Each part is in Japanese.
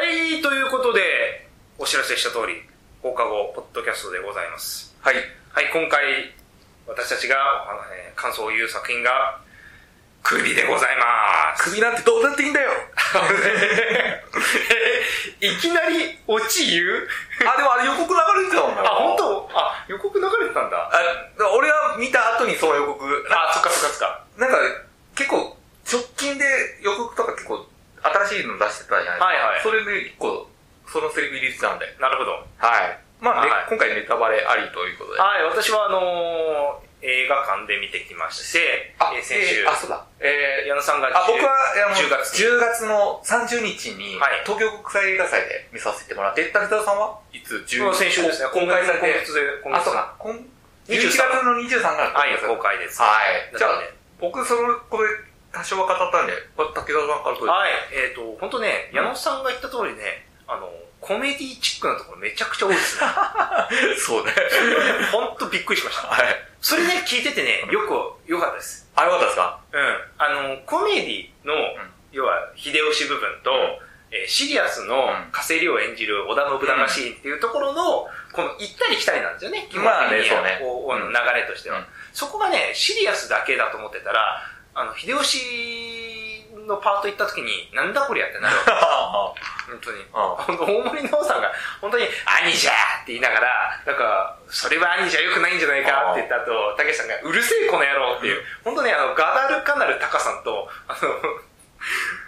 ということで、お知らせした通り、放課後、ポッドキャストでございます。はい。はい、今回、私たちが、あえー感想を言う作品が、クビでございます。 首なんてどうだっていいんだよ。いきなり、落ち言う あ、でもあれ予告流れてたもんな。あ、本当あ、予告流れてたんだ。あ、だから俺は見た後にその予告。あ、そっかそっかそっか。なんか、結構、直近で予告とか結構、新しいの出してたじゃないですか。はいはいそれで一個、そのセリフ入れてたんで。なるほど。はい。まあ、ねはい今回ネタバレありということで。はい、私はあのー映画館で見てきまして、えー先週、えーあ、そうだ。えー矢野さんがあ、僕は、あの、 10月10月の30日に、はい東京国際映画祭で見させてもらって、滝沢さんはいつもう先週ですね、公開されて、今月で、今あ、月そうはか、今11 23月の23がい、公開です。ははい。い。じゃあなの、で僕、その、これ、多少は語ったんで、これ、滝沢さんからどうぞはい、えっ、と、本当ね、矢野さんが言った通りね、あの、コメディチックなところめちゃくちゃ多いです ね。そうね。本当びっくりしました。 はい。それね、聞いててね、よく、よかったです。あ、よかったです かうん。あの、コメディの、ん要は、秀吉部分と、うんえーシリアスのうん稼ぎを演じる織田信長シーンっていうところの、この行ったり来たりなんですよね、基本的にはまあねそうねこうあのうん流れとしては、うんそこがね、シリアスだけだと思ってたら、あの、秀吉のパート行った時に、なんだこりゃってなるわけ本当に。うん本当大森のおさんが、本当に、兄じゃーって言いながら、なんか、それは兄じゃ良くないんじゃないかって言った後、たけしさんが、うるせえこの野郎っていう、本当ね、あの、ガダルカナルタカさんと、あの、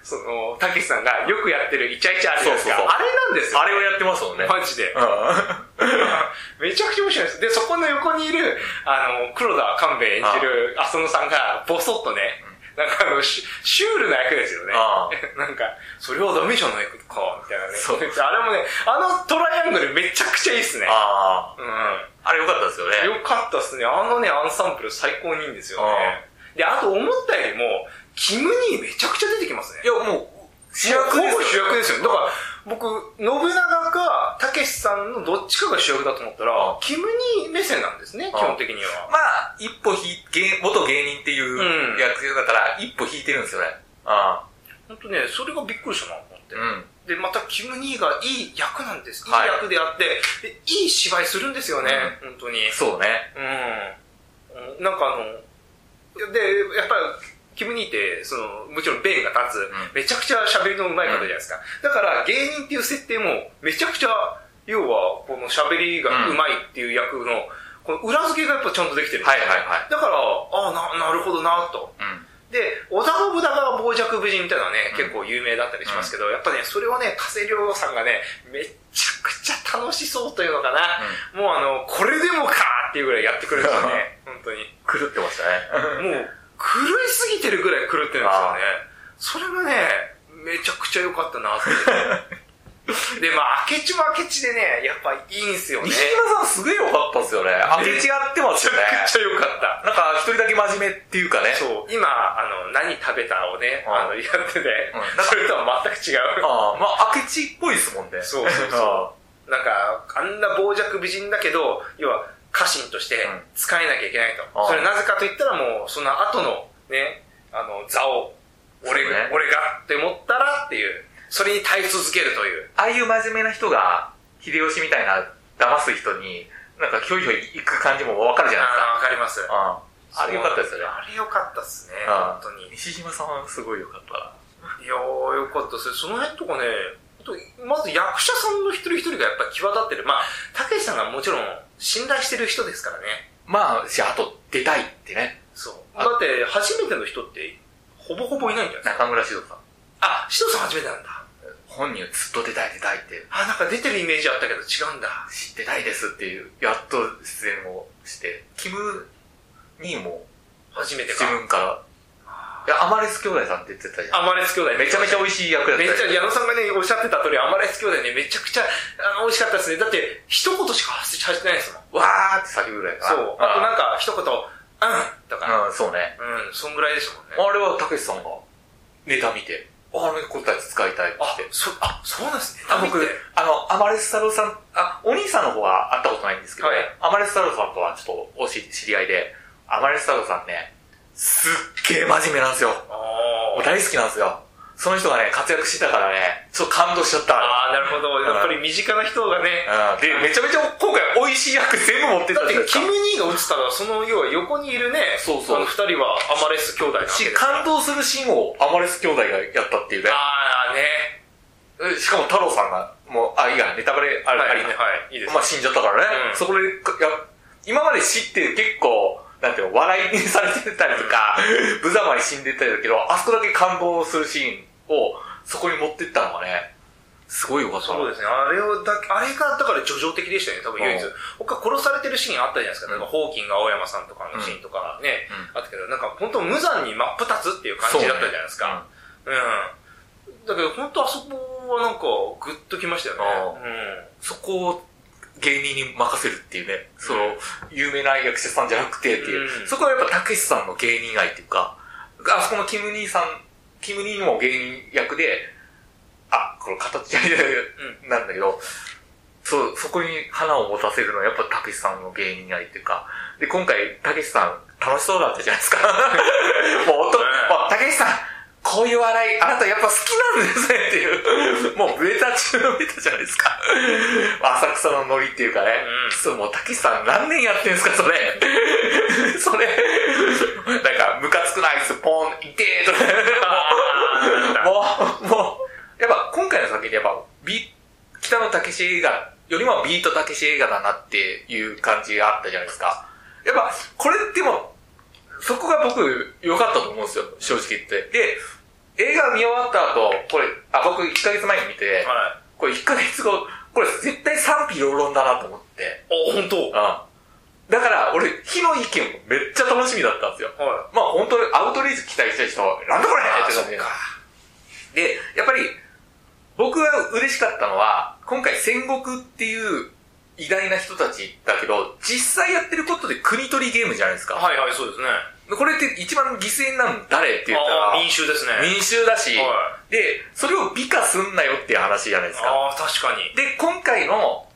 その、たけしさんがよくやってるイチャイチャあるじゃないですか。そうそうそうあれなんですよ。あれをやってますもんね。マジで。 うん。めちゃくちゃ面白いです。で、そこの横にいる、あの、黒田勘兵衛演じる浅野さんが、ボソッとね、なんかあの、シュシュールな役ですよねあ。 なんか、それはダメじゃないか、みたいなね。そうあれもね、あのトライアングルめちゃくちゃいいっすね。あうん。あ。あれよかったですよね。よかったっすね。あのね、アンサンプル最高にいいんですよね。で、あと思ったよりも、キム兄めちゃくちゃ出てきますね。いや、もう、主役ほですぼよ。主役ですよ。だから、僕、信長か、たけしさんのどっちかが主役だと思ったらあ、キムニ目線なんですね、あ基本的には。まあ、一歩引い、芸元芸人っていううん役だから、一歩引いてるんですよね。あ本当ね、それがびっくりしたなと思ってあ。う。ん。で、また、キムニがいい役なんです。いいはい役であって、でいい芝居するんですよね、本当に。そうね。うんうん。なんかあの、で、やっぱり、キムニーって、その、もちろんベーンが立つ、んめちゃくちゃ喋りの上手い方じゃないですか。だから、芸人っていう設定も、めちゃくちゃ、要は、この喋りが上手いっていう役の、この裏付けがやっぱちゃんとできてるんではすいよはいはい。だから、ああ、な、なるほどなと。うん。で、織田信長が傍若無人みたいなのはね、うん結構有名だったりしますけど、やっぱね、それをね、加瀬亮さんがね、めちゃくちゃ楽しそうというのかな。もうあの、これでもかっていうぐらいやってくれるんですよね。本当に。狂ってましたね。もう、狂いすぎてるぐらい狂ってるんですよね。それがね、めちゃくちゃ良かったな って。で、まあ、明智も明智でね、やっぱいいんすよね。め西ち村さんすげえ良かったっすよね。明智やってますよね。ゃくちゃ良かった。なんか、一人だけ真面目っていうかね。そう、今、あの、何食べたをね、あの、やってて、うんそれとは全く違う。ああ、まあ、明智っぽいですもんね。そうそうそうあなんか、あんな傍若無人だけど、要は、家臣としてうん使えなきゃいけないと。ああそれなぜかと言ったらもう、その後の、ね、あの、座を、俺そうが、ね俺がって思ったらっていう、それに耐え続けるという。ああいう真面目な人が、秀吉みたいな騙す人に、なんか、ひょいひょい行く感じもわかるじゃないですああ、わかります。か。ああ。あれ良かったですよね。あれ良かったですね、ああ本当に。西島さんはすごい良かったな。いやー、よかったですね。その辺とかね、本当まず役者さんの一人一人がやっぱり際立ってる。まあ、たけしさんがもちろん信頼してる人ですからね。まあ、し、あと、出たいってね。そう。だあって、初めての人って、ほぼほぼいないんじゃないですか中村獅童さん。あ、シトさん初めてなんだ。本人はずっと出たい出たいって、あ、なんか出てるイメージあったけど違うんだ。知ってたいですっていう、やっと出演をして、キムにも初めて自か。分から、いや、アマレス兄弟さんって言ってたじゃん。アマレス兄弟。めちゃめちゃ美味し美味しい役だっためっよちゃ、矢野さんがね、おっしゃってた通り、アマレス兄弟ね、めちゃくちゃ、あの、美味しかったですね。だって、一言しか発ししてないですもん。わーって叫ぶぐらいかそな。う。あとなんか、一言、うんとか、んうん、そうね。うん、そんぐらいですもんね。あれはたけしさんがネタ見て、あの子たち使いたいってあ言って。、そ、あ、そうなんですね。あ見て僕、あの、アマレス太郎さん、あ、お兄さんの方は会ったことないんですけど、はいアマレス太郎さんとはちょっとおし知り合いで、アマレス太郎さんね、すっげえ真面目なんですよ。あもうー大好きなんですよ。その人がね、活躍してたからね、ちょっと感動しちゃった。ああ、なるほど。やっぱり身近な人がね、うん。で、めちゃめちゃ今回美味しい役全部持ってっだたってじゃないですキかム・ニーが映ったら、その要は横にいるね、そうそあのう二人はアマレス兄弟なんでし感動するシーンをアマレス兄弟がやったっていうね。ああね。えしかも太郎さんが、もう、あ、いいや、ネタバレあはい、れ、あはいいりね。、いですまあ死んじゃったからね。うんそこで、や今まで死って結構、なんていうの、笑いにされてたりとか、 無様に死んでたりだけど、あそこだけ感動するシーンを、そこに持ってったのがね、すごいよかったな。そうですね。あれをだけ、あれが、だから叙情的でしたよね、多分唯一うん。他殺されてるシーンあったじゃないですか。なんか、ホーキンが青山さんとかのシーンとかね、あったけど、なんか、本当無残に真っ二つっていう感じだったじゃないですか。う,、ん。だけど、本当あそこはなんか、グッときましたよね。そこを芸人に任せるっていうね、その、有名な役者さんじゃなくてっていう、うんそこはやっぱたけしさんの芸人愛っていうか、あそこのキム兄さん、キム兄も芸人役で、あ、この形じゃないなんだけど、そう、そこに花を持たせるのはやっぱたけしさんの芸人愛っていうか、で、今回たけしさん楽しそうだったじゃな いですか。もう音、ねもうたけしさん、こういう笑い、あなたやっぱ好きなんですねっていう、もうベタ中のベタじゃないですか。浅草のノリっていうかね、うんそう、もうたけしさん何年やってんすか、それ。それ、なんか、ムカつくないです、ポン、いてーとか。あ もう、もう、やっぱ今回の作品でやっぱ、ビ、北野武映画よりもビート武映画だなっていう感じがあったじゃないですか。やっぱ、これでも、そこが僕良かったと思うんですよ、正直言って。で、映画見終わった後、これ、あ、僕1ヶ月前に見て、あ。はい。これ1ヶ月後、これ絶対賛否両論だなと思って。お、本当うん。だから、俺、火の意見もめっちゃ楽しみだったんですよ。はまあ本当にアウトリーチ期待した人は、なんだこれあーって感じそっかで、やっぱり、僕が嬉しかったのは、今回戦国っていう偉大な人たちだけど、実際やってることで国取りゲームじゃないですか。い。はいはい、そうですね。これって一番犠牲になるの誰って言ったあらあ、、民衆ですね。民衆だし、はで、それを美化すんなよっていう話じゃないですか。ああ、確かに。で、今回の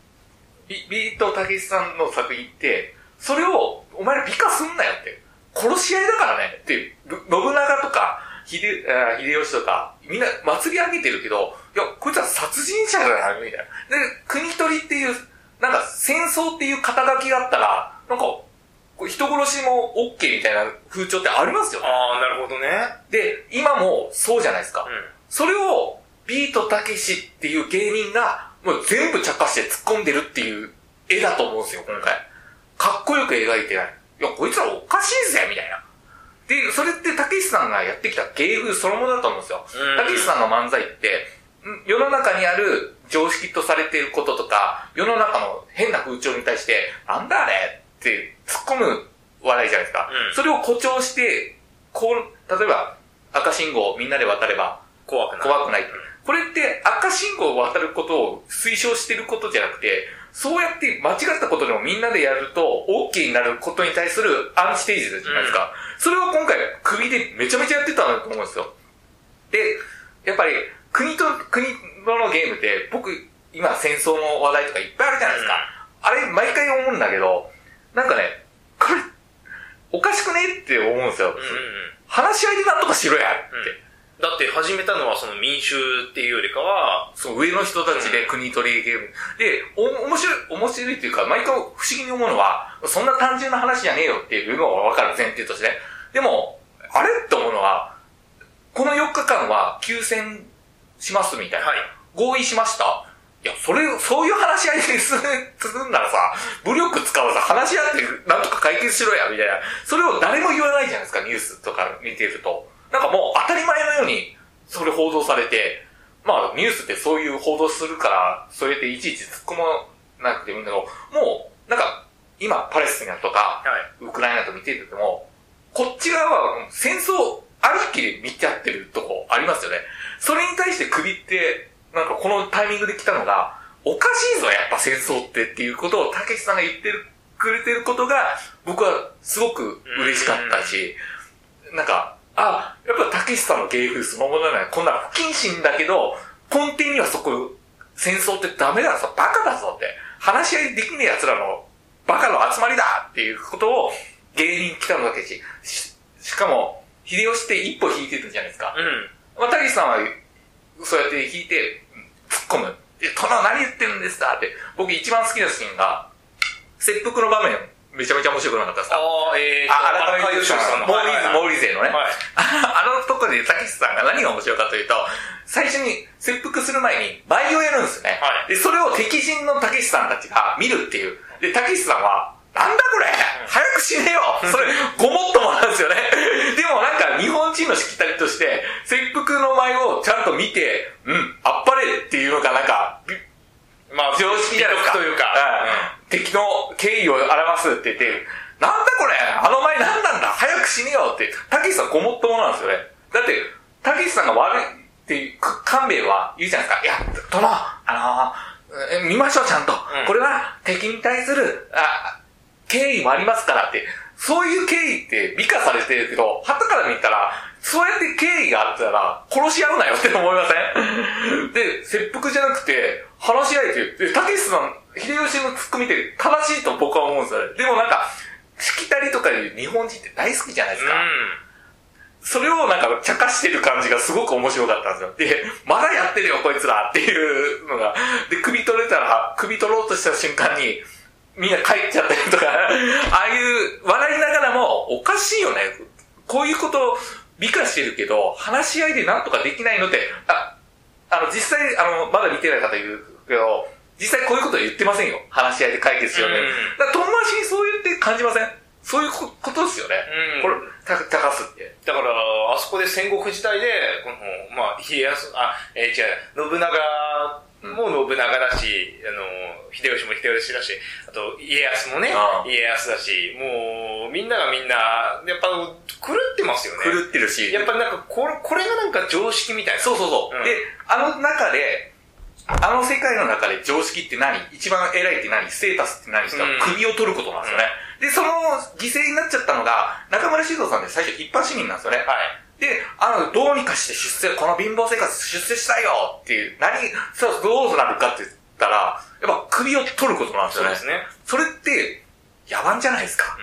ビビートたけしさんの作品って、それをお前ら美化すんなよって。殺し合いだからねっていう。ぶ信長とか、秀あー秀吉とか、みんな祭り上げてるけど、いや、こいつは殺人者じゃないみたいな。で、国取りっていう、なんか戦争っていう肩書きがあったら、なんか、こう人殺しも OK みたいな風潮ってありますよね。ああ、なるほどね。で、今もそうじゃないですか。うそれを、ビートたけしっていう芸人が、もう全部茶化して突っ込んでるっていう絵だと思うんですよ、今回。かっこよく描いてない。いや、こいつらおかしいぜ、みたいな。で、それってたけしさんがやってきた芸風そのものだと思うんですよ。うんたけしさんの漫才って、ん世の中にある常識とされていることとか、世の中の変な風潮に対して、なんだあれって突っ込む笑いじゃないですか。うんそれを誇張して、こう、例えば、赤信号をみんなで渡れば、ん。怖くない。怖くない。これって赤信号を渡ることを推奨してることじゃなくて、そうやって間違ったことでもみんなでやると OK になることに対するアンチテージじゃないですか。それを今回首でめちゃめちゃやってたんだと思うんですよ。で、やっぱり国と国のゲームって僕今戦争の話題とかいっぱいあるじゃないですか。あれ毎回思うんだけど、なんかね、これおかしくねって思うんですうよ。んうんうん。話し合いでなんとかしろやって。だって始めたのはその民衆っていうよりかは、そう、上の人たちで国取りゲーム。で、お、面白い、面白いっていうか、毎回不思議に思うのは、そんな単純な話じゃねえよっていうのはわかる前提としてね。でも、あれって思うのは、この4日間は休戦しますみたいな。はい。合意しました。いや、それ、そういう話し合いでするん ならさ、武力使わず話し合って、なんとか解決しろや、みたいな。それを誰も言わないじゃないですか、ニュースとか見てると。なんかもう当たり前のように、それ報道されて、まあ、ニュースってそういう報道するから、それでいちいち突っ込まなくてもいいんだけど、もう、なんか、今、パレスチナとか、はい。ウクライナと見てても、こっち側は戦争ありっきり見ちゃってるとこありますよね。それに対して首って、なんかこのタイミングで来たのが、おかしいぞ、やっぱ戦争ってっていうことを、たけしさんが言ってるくれてることが、僕はすごく嬉しかったし、なんか、あ、やっぱたけしさんの芸風そのものなのこんな不謹慎だけど、根底にはそこ、戦争ってダメだぞ、バカだぞって、話し合いできねえ奴らのバカの集まりだっていうことを芸人北野武し、ししかも、秀吉って一歩引いてたじゃないですか。うん。まあ、たけしさんは、そうやって聞いて、突っ込む。え、殿何言ってるんですかって。僕一番好きなシーンが、切腹の場面、めちゃめちゃ面白くなかったですかああ、えーと、あ、改め荒川て良言うと、さんの。モーリはいーズ、モーリーゼのね。はいああのとこで、たけしさんが何が面白いかというと、最初に切腹する前に倍をやるんですよね。はいで、それを敵陣のたけしさんたちが見るっていう。で、たけしさんは、なんだこれ早く死 ねよそれ、ごもっともなんですよね。でもなんか日本人のしきたりとして、切腹の舞をちゃんと見て、うん、あっぱれっていうのがなんか、びまあ、常識じゃないですか。というか、うん敵の敬意を表すって言って、なんだこれあの前なんなんだ早く死ねよって、たけしさんごもっともなんですよね。だって、たけしさんが悪いって、く勘弁は言うじゃないですか。いや、殿、あのーうん見ましょうちゃんと。んこれは敵に対する、あ、敬意もありますからって、そういう敬意って美化されてるけど、旗から見たら、そうやって敬意があったら、殺し合うなよって思いませんで、切腹じゃなくて、話し合いっていう、で、たけしさん、秀吉のツッコミって正しいと僕は思うんですよね。でもなんか、しきたりとかいう日本人って大好きじゃないですか。それをなんか、茶化してる感じがすごく面白かったんですよ。で、まだやってるよ、こいつらっていうのが。で、首取れたら、首取ろうとした瞬間に、みんな帰っちゃったりとか、 ああいう、笑いながらも、おかしいよね。こういうこと、美化してるけど、話し合いでなんとかできないのって、あ、あの、実際、あの、まだ見てない方いるけど、実際こういうことは言ってませんよ。話し合いで解決しようね。うんだから、遠回しにそう言って感じませんそういうこことですよね。うんこれ、た、たかすって。だから、あそこで戦国時代で、この、まあ、家康、あ、えー、違う、信長も信長だし、あの、秀吉も秀吉だし、あと、家康もねあ、あ家康だし、もう、みんながみんな、やっぱ、狂ってますよね。狂ってるし。やっぱりなんか、これ、これがなんか常識みたいな。そうそうそう。うんで、あの中で、あの世界の中で常識って何一番偉いって何ステータスって何したらうん首を取ることなんですよね。で、その犠牲になっちゃったのが、中村修造さんって最初一般市民なんですよね。はい。で、あの、どうにかして出世、この貧乏生活出世したいよっていう、何、そう、どうなるかって言ったら、やっぱ首を取ることなんですそようねで。すね。それって、野蛮じゃないですか。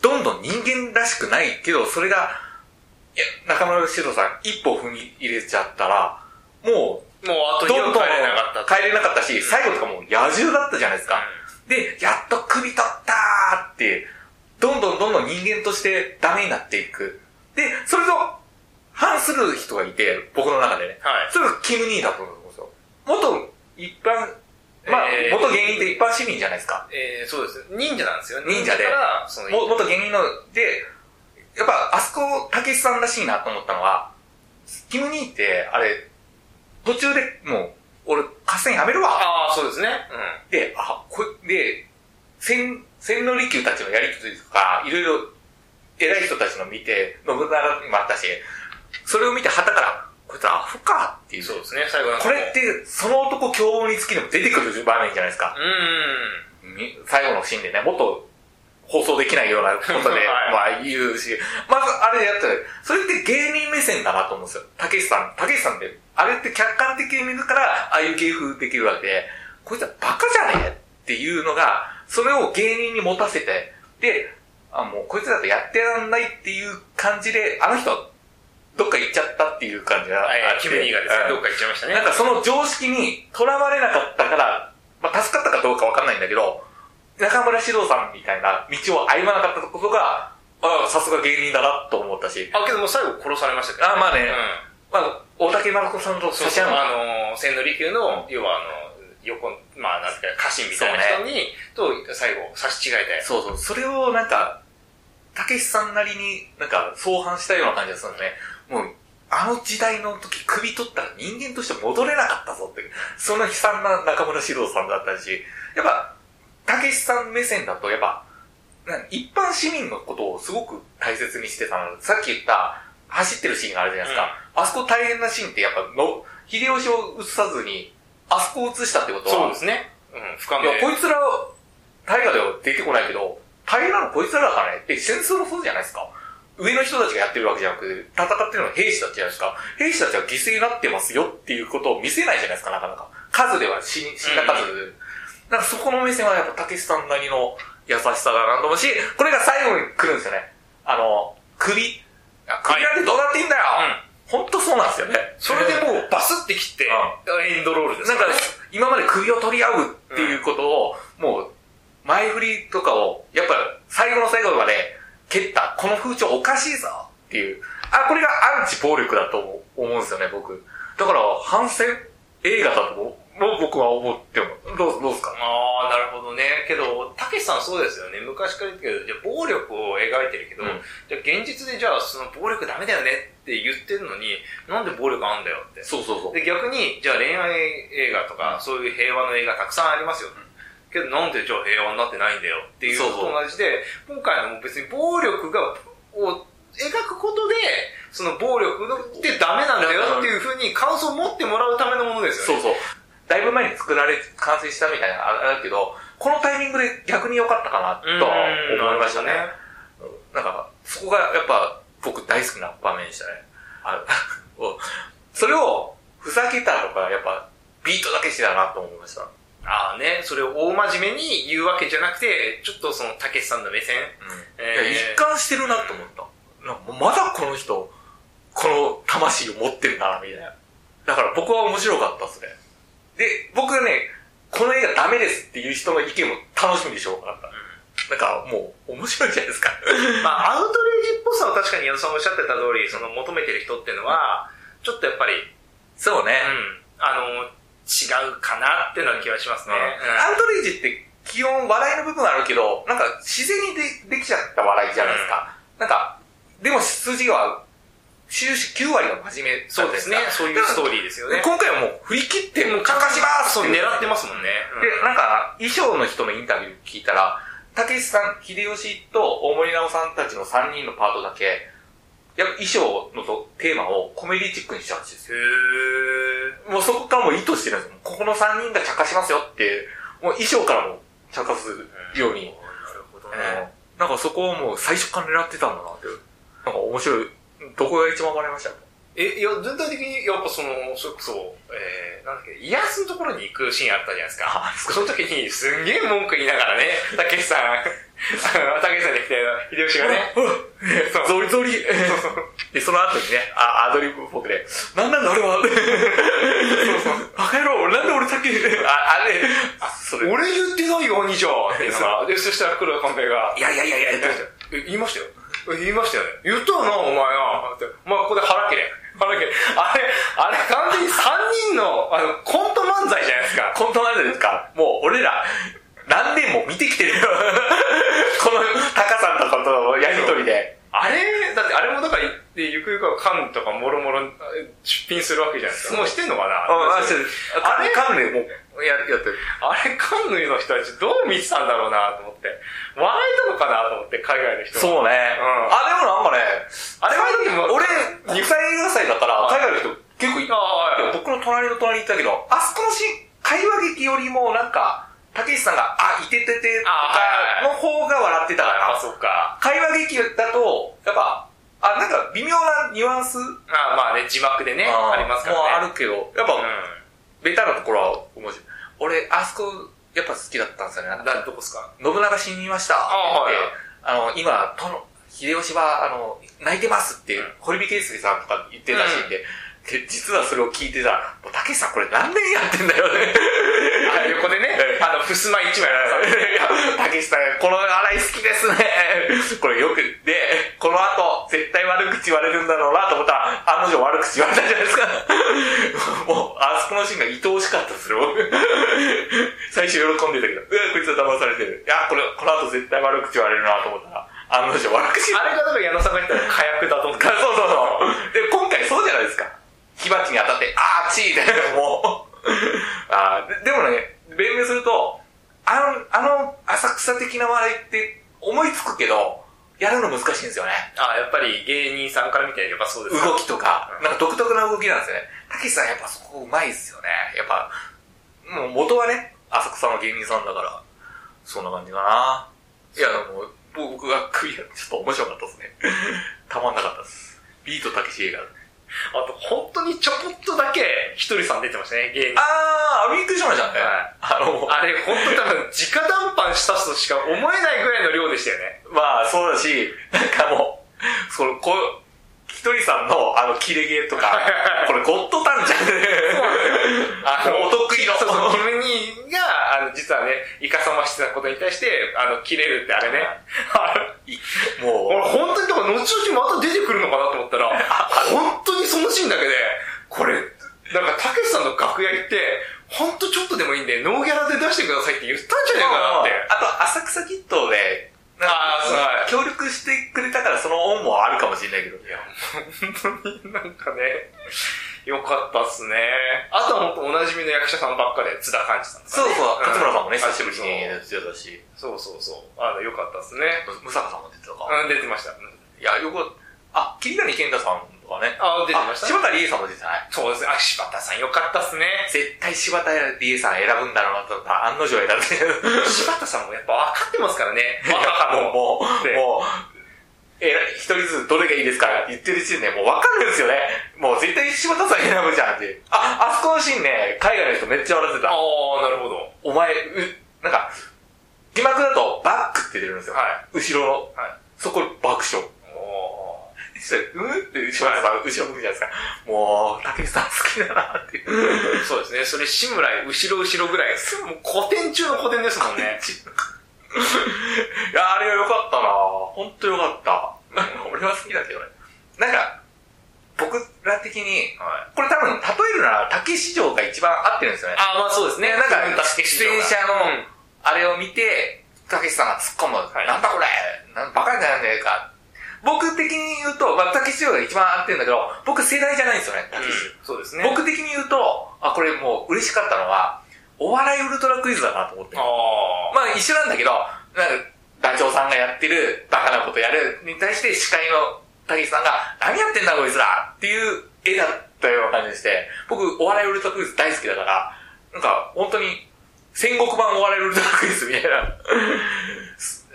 どんどん人間らしくないけど、それが、いや、中村獅童さん一歩踏み入れちゃったら、もう、もう、あとどん家どをん帰れなかったって。帰れなかったし、最後とかもう野獣だったじゃないですか。で、やっと首取ったーって、どんどんどんどん人間としてダメになっていく。で、それと反する人がいて、僕の中でね。はい。それがキム・ニーだと思うんですよ。元一般、まあ、えー元芸人って一般市民じゃないですか。えー、そうです。忍者なんですよ。忍者でだから、その、も元芸人の、で、やっぱあそこ、たけしさんらしいなと思ったのは、キム兄って、あれ、途中でもう、俺、合戦やめるわああ、そうですね。うん。で、あ、こで、千、千利休たちのやりとりとか、いろいろ、偉い人たちの見て、信長にもあったし、それを見て旗から、こいつアホかっていう。そうですね、最後なんかこもれうって、その男凶暴につきでも出てくる場面じゃないですか。うんみ最後のシーンでね、もっと放送できないようなこと で、はまあ言うし、まずあれやったら、それって芸人目線だなと思うんですよ。たけしさん、たけしさんって、あれって客観的に見るから、ああいう芸風できるわけで、こいつはバカじゃねえっていうのが、それを芸人に持たせて、で、あ、もうこいつだとやってらんないっていう感じで、あの人、どっか行っちゃったっていう感じがあはいって。キムニーがですね、うんどっか行っちゃいましたね。なんかその常識にとらわれなかったから、まあ、助かったかどうかわかんないんだけど、中村獅童さんみたいな道を歩まなかったことが、あさすが芸人だなと思ったし、あ、けどもう最後殺されましたけど。あまあねうん。まあ、大竹まる子さんとそう差しそう、合うのあのー、千利休の、要はあの、横、まあなんていうか、家臣みたいな人に、と最後、差し違えて。そうそう、それをなんか、たけしさんなりになんか相反したような感じがするんでね。もう、あの時代の時首取ったら人間として戻れなかったぞっていう、その悲惨な中村獅童さんだったし、やっぱ、たけしさん目線だとやっぱ、なん一般市民のことをすごく大切にしてたの。さっき言った、走ってるシーンがあるじゃないですか。あそこ大変なシーンってやっぱの、秀吉を映さずに、あそこを映したってことは、そうですね。うん、不可いや、能。こいつら、大河では出てこないけど、大河なのこいつらだからね。で、戦争もそうじゃないですか。上の人たちがやってるわけじゃなくて、戦ってるのは兵士たちじゃないですか。兵士たちは犠牲になってますよっていうことを見せないじゃないですか、なかなか。数では死に、死んだ数で。なんかそこの目線はやっぱ、たけしさんなりの優しさだなと思うし、これが最後に来るんですよね。あの、首。あ首なんてどうだっていいんだよ、本当そうなんですよね。それでもうバスって切って、エンドロールですなんかからね、今まで首を取り合うっていうことを、もう、前振りとかを、やっぱ最後の最後まで蹴った、この風潮おかしいぞっていう。あ、これがアンチ暴力だと思うんですよね、僕。だから、反戦映画だとも、もう僕は思っても、どう、どうですかああ、なるほどね。けど、たけしさんそうですよね。昔から言ってるけど、じゃあ暴力を描いてるけど、うんじゃあ現実でじゃあその暴力ダメだよねって言ってるのに、なんで暴力あんだよって。そうそうそう。で、逆に、じゃあ恋愛映画とか、そういう平和の映画たくさんありますよ。けど、なんでじゃあ平和になってないんだよっていうそうのそとう同じで、今回のも別に暴力が、を描くことで、その暴力ってダメなんだよっていうふうに感想を持ってもらうためのものですよね。そうそう。だいぶ前に作られ、完成したみたいな、あれだけど、このタイミングで逆に良かったかな、うんとは思いましたねな。るほどなんか、そこがやっぱ僕大好きな場面でしたね。あ それをふざけたとか、やっぱビートだけしてたなと思いました。うん。ああね、それを大真面目に言うわけじゃなくて、ちょっとその、たけしさんの目線。 えーいや一貫してるなと思った。なんかまだこの人、この魂を持ってるな、みたいな。だから僕は面白かったですね。で、僕がね、この映画ダメですっていう人の意見も楽しみにしようかなった。なんかもう面白いじゃないですか。まあ、アウトレイジっぽさは確かに矢野さんおっしゃってた通り、その、求めてる人っていうのは、ちょっとやっぱり、う そうね。ん、あの、違うかなっていうのは気はしますね。うんアウトレイジって基本笑いの部分あるけど、なんか自然にでできちゃった笑いじゃないですか。なんか、でも数字は、終始9割が真面目そうですね。そういうストーーリーですよね。今回はもう振り切って、もう乾かしますそう、狙ってで、ますもんね。うんなんか、衣装の人のインタビュー聞いたら、たけしさん、秀吉と大森直さんたちの3人のパートだけ、やっぱ衣装のとテーマをコメディチックにしたんですよ。へー。もうそこからもう意図してるんですよ。ここの3人が着火しますよっていう、もう衣装からも着火するように、なるほどうんね。なんかそこをもう最初から狙ってたんだなっていう。なんか面白い。どこが一番分かりましたえ、いや、全体的に、やっぱその、それこそ、えー、なんだっけ、イヤスのところに行くシーンあったじゃないですか。あ、その時に、すんげえ文句言いながらね、たけしさん、あのたけしさんで来て、秀吉がね、 そうゾリゾリ。 で、その後にね、あアドリブ僕で、なんなんだ 俺は。バカ野郎、なんで俺さっき、あ、あれ、あ、それ。俺言ってないよ、兄ちゃんって言うのがで、そしたら黒田寛平が、いやいやいやいや、え言いましたよ。え言いましたよね。言ったよな、お前な。ってお前ここで腹切れ。腹切れ。あれ、あれ完全に3人の、あの、コント漫才じゃないですか。コントマネですかもう俺ら、何年も見てきてるよ。 このタカさんとかとのやりとりで。あれ、だってあれもだから、でゆくゆくは缶とかもろもろえ出品するわけじゃないですか。もうしてんのかなああれれ関連もう、や、やってる。あれ、カンヌの人たちどう見てたんだろうなと思って。笑えたのかなと思って、海外の人う。そうね。あ、でもなんかね、あれはだってもう俺、国際映画祭だから、はい海外の人結構いっああ、僕の隣の隣に行ったけど、あそこのシーン、会話劇よりもなんか、たけしさんが、あ、いててて、とあかの方が笑ってたかあ、ら、そうか。会話劇だと、やっぱ、あ、なんか微妙なニュアンスああ、まあね、字幕でね、ありますからね。もうあるけど、やっぱ、ベタなところは面白い。俺、あそこ、やっぱ好きだったんですよね。なんうん。かだ、どこっすか信長死にました。あはいあの、今、殿、秀吉は、あの、泣いてますって、うん堀美圭介さんとか言ってたしいんで、で実はそれを聞いてたら、もう、たけしさんこれ何年やってんだよね。あ、横 でね、あの、ふすま一枚やらされて。いやたけしさん、この笑い好きですね。これよく、で、この後、絶対悪口言われるんだろうなと思ったら、案の定悪口言われたじゃないですか。もう、あそこのシーンが愛おしかったですよ、僕最初喜んでたけど、うわ、こいつは騙されてる。いや、これ、この後絶対悪口言われるなと思ったら、案の定悪口言われあれがだから矢野さんが言ったら火薬だと思 って。た。そうそうそう。で、今回そうじゃないですか。火鉢に当たって、あー、ちーって、もう。あーででもね、弁明すると、あの、あの、浅草的な笑いって思いつくけど、やるの難しいんですよね。ああ、やっぱり芸人さんから見てやっぱそうですか。動きとかう、んなんか独特な動きなんですよね。たけしさんやっぱそこうまいっすよね。やっぱ、もう元はね、浅草の芸人さんだから、そんな感じかな。いや、でもう、僕がクリア、ちょっと面白かったですね。たまんなかったです。ビートたけし映画。あと、本当にちょこっとだけ、ひとりさん出てましたね、芸人。あー、びっくりしましたね。はいあの、あれ、本当多分、直談判したとしか思えないぐらいの量でしたよね。まあそうだし、なんかもう、そのこうひとりさんの、あの、切れ毛と か、これゴッドタンじゃん。あの、お得意の。そうそう、君にが、あの、実はね、イカサマしてたことに対して、あの、切れるってあれね。あれいも俺、本当に、だから、後々また出てくるのかなと思ったら、本当にそのシーンだけで、これ、なんか、たけしさんの楽屋行って、本当ちょっとでもいいんで、ノーギャラで出してくださいって言ったんじゃう、ないかなって。あと、浅草キットで、なんあーそうか協力してくれたから、その恩もあるかもしれないけど。本当になんかね、よかったっすね。あとは本当おなじみの役者さんばっかで、津田寛治さんとかそうね、そう、勝村さんもね、う久しぶりにあ出てたし、そうそうそう。あの、よかったっすね。むさかさんも出てたか。うん、出てました。うんいや、よく、あ、桐谷健太さんとかね。あ、出てましたあ柴田理恵さんも出てない。そうですね。あ、柴田さんよかったっすね。絶対柴田理恵さん選ぶんだろうなと思ったら案の定選んで柴田さんもやっぱ分かってますからね。 い若葉やもう、の。 もでう、もう、えら一人ずつどれがいいですかって言ってる時点でもうわかるんですよね。もう絶対柴田さん選ぶじゃんって。あ、あそこのシーンね、海外の人めっちゃ笑ってた。ああ、なるほど。お前、う、なんか、字幕だとバックって出るんですよ。はい。後ろはの。いそこ爆笑。おーそしたらうんって柴田さん後ろ向くじゃないですか。もう、竹内さん好きだなっていう。そうですね。それ、志村へ後ろ後ろぐらい。もう古典中の古典ですもんね。いや、あれは良かったなほんと良かった。 俺は好きだけどね。なんか、僕ら的に、はい。これ多分、例えるなら、竹市場が一番合ってるんですよね。ああ、まあそうですね。なんか自分たち、的市出場がう演者のん、あれを見て、竹市さんが突っ込む。いなんだこれなんバカじゃないんだよか。僕的に言うと、まあ、竹市場が一番合ってるんだけど、僕世代じゃないんですよね、竹市うんそうですね。僕的に言うと、あ、これもう嬉しかったのは、お笑いウルトラクイズだなと思って。あまあ一緒なんだけど、なんか、ダチョウさんがやってる、バカなことやるに対して司会の竹内さんが、何やってんだこいつらっていう絵だったような感じでして、僕、お笑いウルトラクイズ大好きだから、なんか、本当に、戦国版お笑いウルトラクイズみたいな。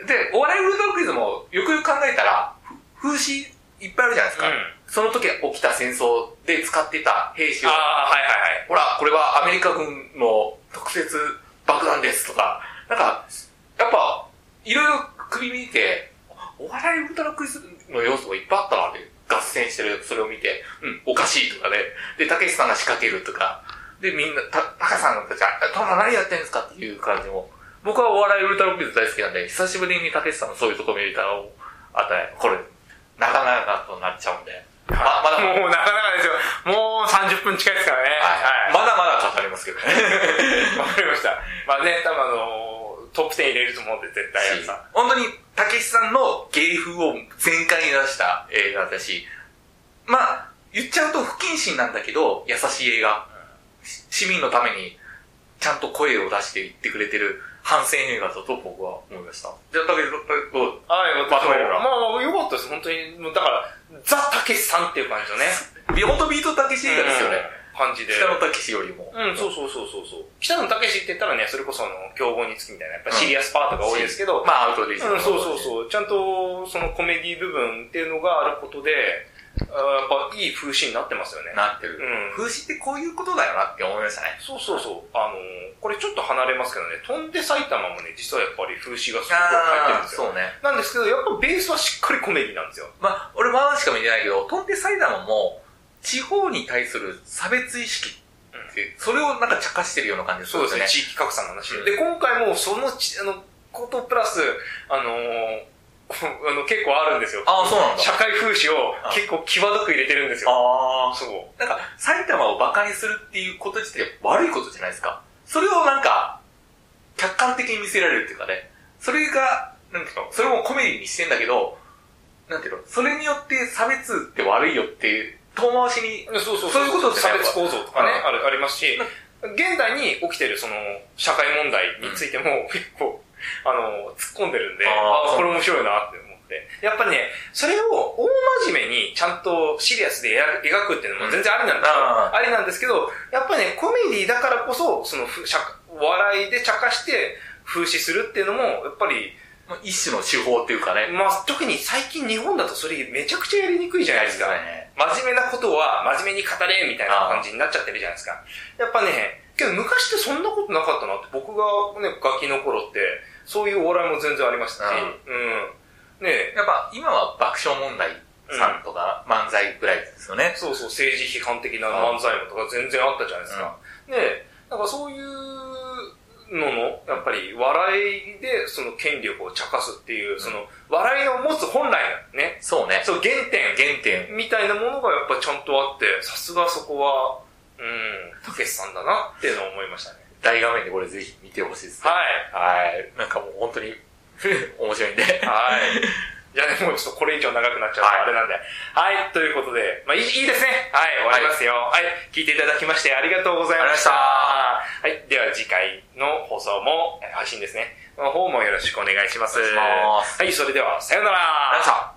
で、お笑いウルトラクイズも、よくよく考えたら、ふ風刺いっぱいあるじゃないですか。うんその時起きた戦争で使ってた兵士あ。をああ、はいはいはい。ほら、これはアメリカ軍の特設爆弾ですとか、なんか、やっぱ、いろいろ首見て、お笑いウルトラクイズの要素がいっぱいあったなって、合戦してる、それを見て、うん、おかしいとかね。で、たけしさんが仕掛けるとか、で、みんな、た、たかさんたちが、たま何やってんですかっていう感じも、僕はお笑いウルトラクイズ大好きなんで、久しぶりにたけしさんのそういうとこ見れたら、あったね、これ、なかなかとなっちゃうんで、ま、まだ、もうなかなかですよ。もう30分近いですからね。はい、まだまだ語りますけどね。わかりました。まあね、多分あのー、トップ10入れると思うんで、絶対やるさ。本当に、たけしさんの芸風を全開に出した映画だし、まあ、言っちゃうと不謹慎なんだけど、優しい映画。し市民のために、ちゃんと声を出して言ってくれてる反戦映画だと僕は思いました。じゃあ、たけしさん、どうはい、まとめるまなあまあ、よかったです。本当に、もうだから、ザ・たけしさんっていう感じのね。ビ本当ビートたけし映画ですよね。うん。感じで。北野たけしよりも。うん、そうそうそうそうそう。北野武って言ったらね、それこそあの、競合につきみたいな、やっぱシリアスパートが多いですけど、まあ、アウトレイジうん、そうそうそう。ちゃんと、そのコメディ部分っていうのがあることで、あやっぱいい風刺になってますよね。なってうる。ん。風刺ってこういうことだよなって思いましたね。そうそうそう。あのーこれちょっと離れますけどね、飛んで埼玉もね、実はやっぱり風刺がすごく入ってるんああ、ですそよ。うね。なんですけど、やっぱベースはしっかりコメディなんですよ。まあ、俺まだしか見てないけど、飛んで埼玉も、地方に対する差別意識って、それをなんか茶化してるような感じがするんですよね。地域格差の話で。うんで、今回もそのち、あの、ことプラス、あのーあの、結構あるんですよ。ああ、そうなんだ社。会風刺を結構際どく入れてるんですよ。ああ。そう。なんか、埼玉を馬鹿にするっていうこと自体悪いことじゃないですか。それをなんか、客観的に見せられるっていうかね。それが、なんていうの、それもコメディにしてんだけど、なんていうの、それによって差別って悪いよっていう、遠回しに、そうそうそういうことです差ね別構造とかね、うんあるありますし、現代に起きてるその社会問題についても結構、あの、突っ込んでるんで、あーあそうーこれ面白いなって思って。やっぱりね、それを大真面目にちゃんとシリアスで描くっていうのも全然ありなんですよ。あありなんですけど、やっぱりね、コメディだからこそ、その、ふ社笑いで茶化して、風刺するっていうのも、やっぱり、ーまあ一種の手法っていうかね。まあ、特に最近日本だとそれめちゃくちゃやりにくいじゃないですか。ね。真面目なことは真面目に語れみたいな感じになっちゃってるじゃないですか。やっぱね、けど昔ってそんなことなかったなって、僕がね、ガキの頃って、そういうお笑いも全然ありましたし、うんうん。ねえやっぱ今は爆笑問題さんとか漫才ぐらいですよね。そうそう、政治批判的な漫才もとか全然あったじゃないですか。で、なんかそういうのの、やっぱり笑いでその権力を茶化すっていう、その笑いを持つ本来のね、そうね。そう原点原点。みたいなものがやっぱちゃんとあって、さすがそこは、うん、たけしさんだなっていうのを思いました ね。大画面でこれぜひ見てほしいですね。はい。はい。なんかもう本当に面白いんで。はい。じゃあね、もうちょっとこれ以上長くなっちゃうからあれなんで。はい、ということで、まあいいいいですね。はい、終わりますよ、はい。聞いていただきましてありがとうございました。あはい、では次回の放送も、えー配信ですね。の方もよろしくお願いします。お願いしますはい、それでは、さようなら。ありがとうございました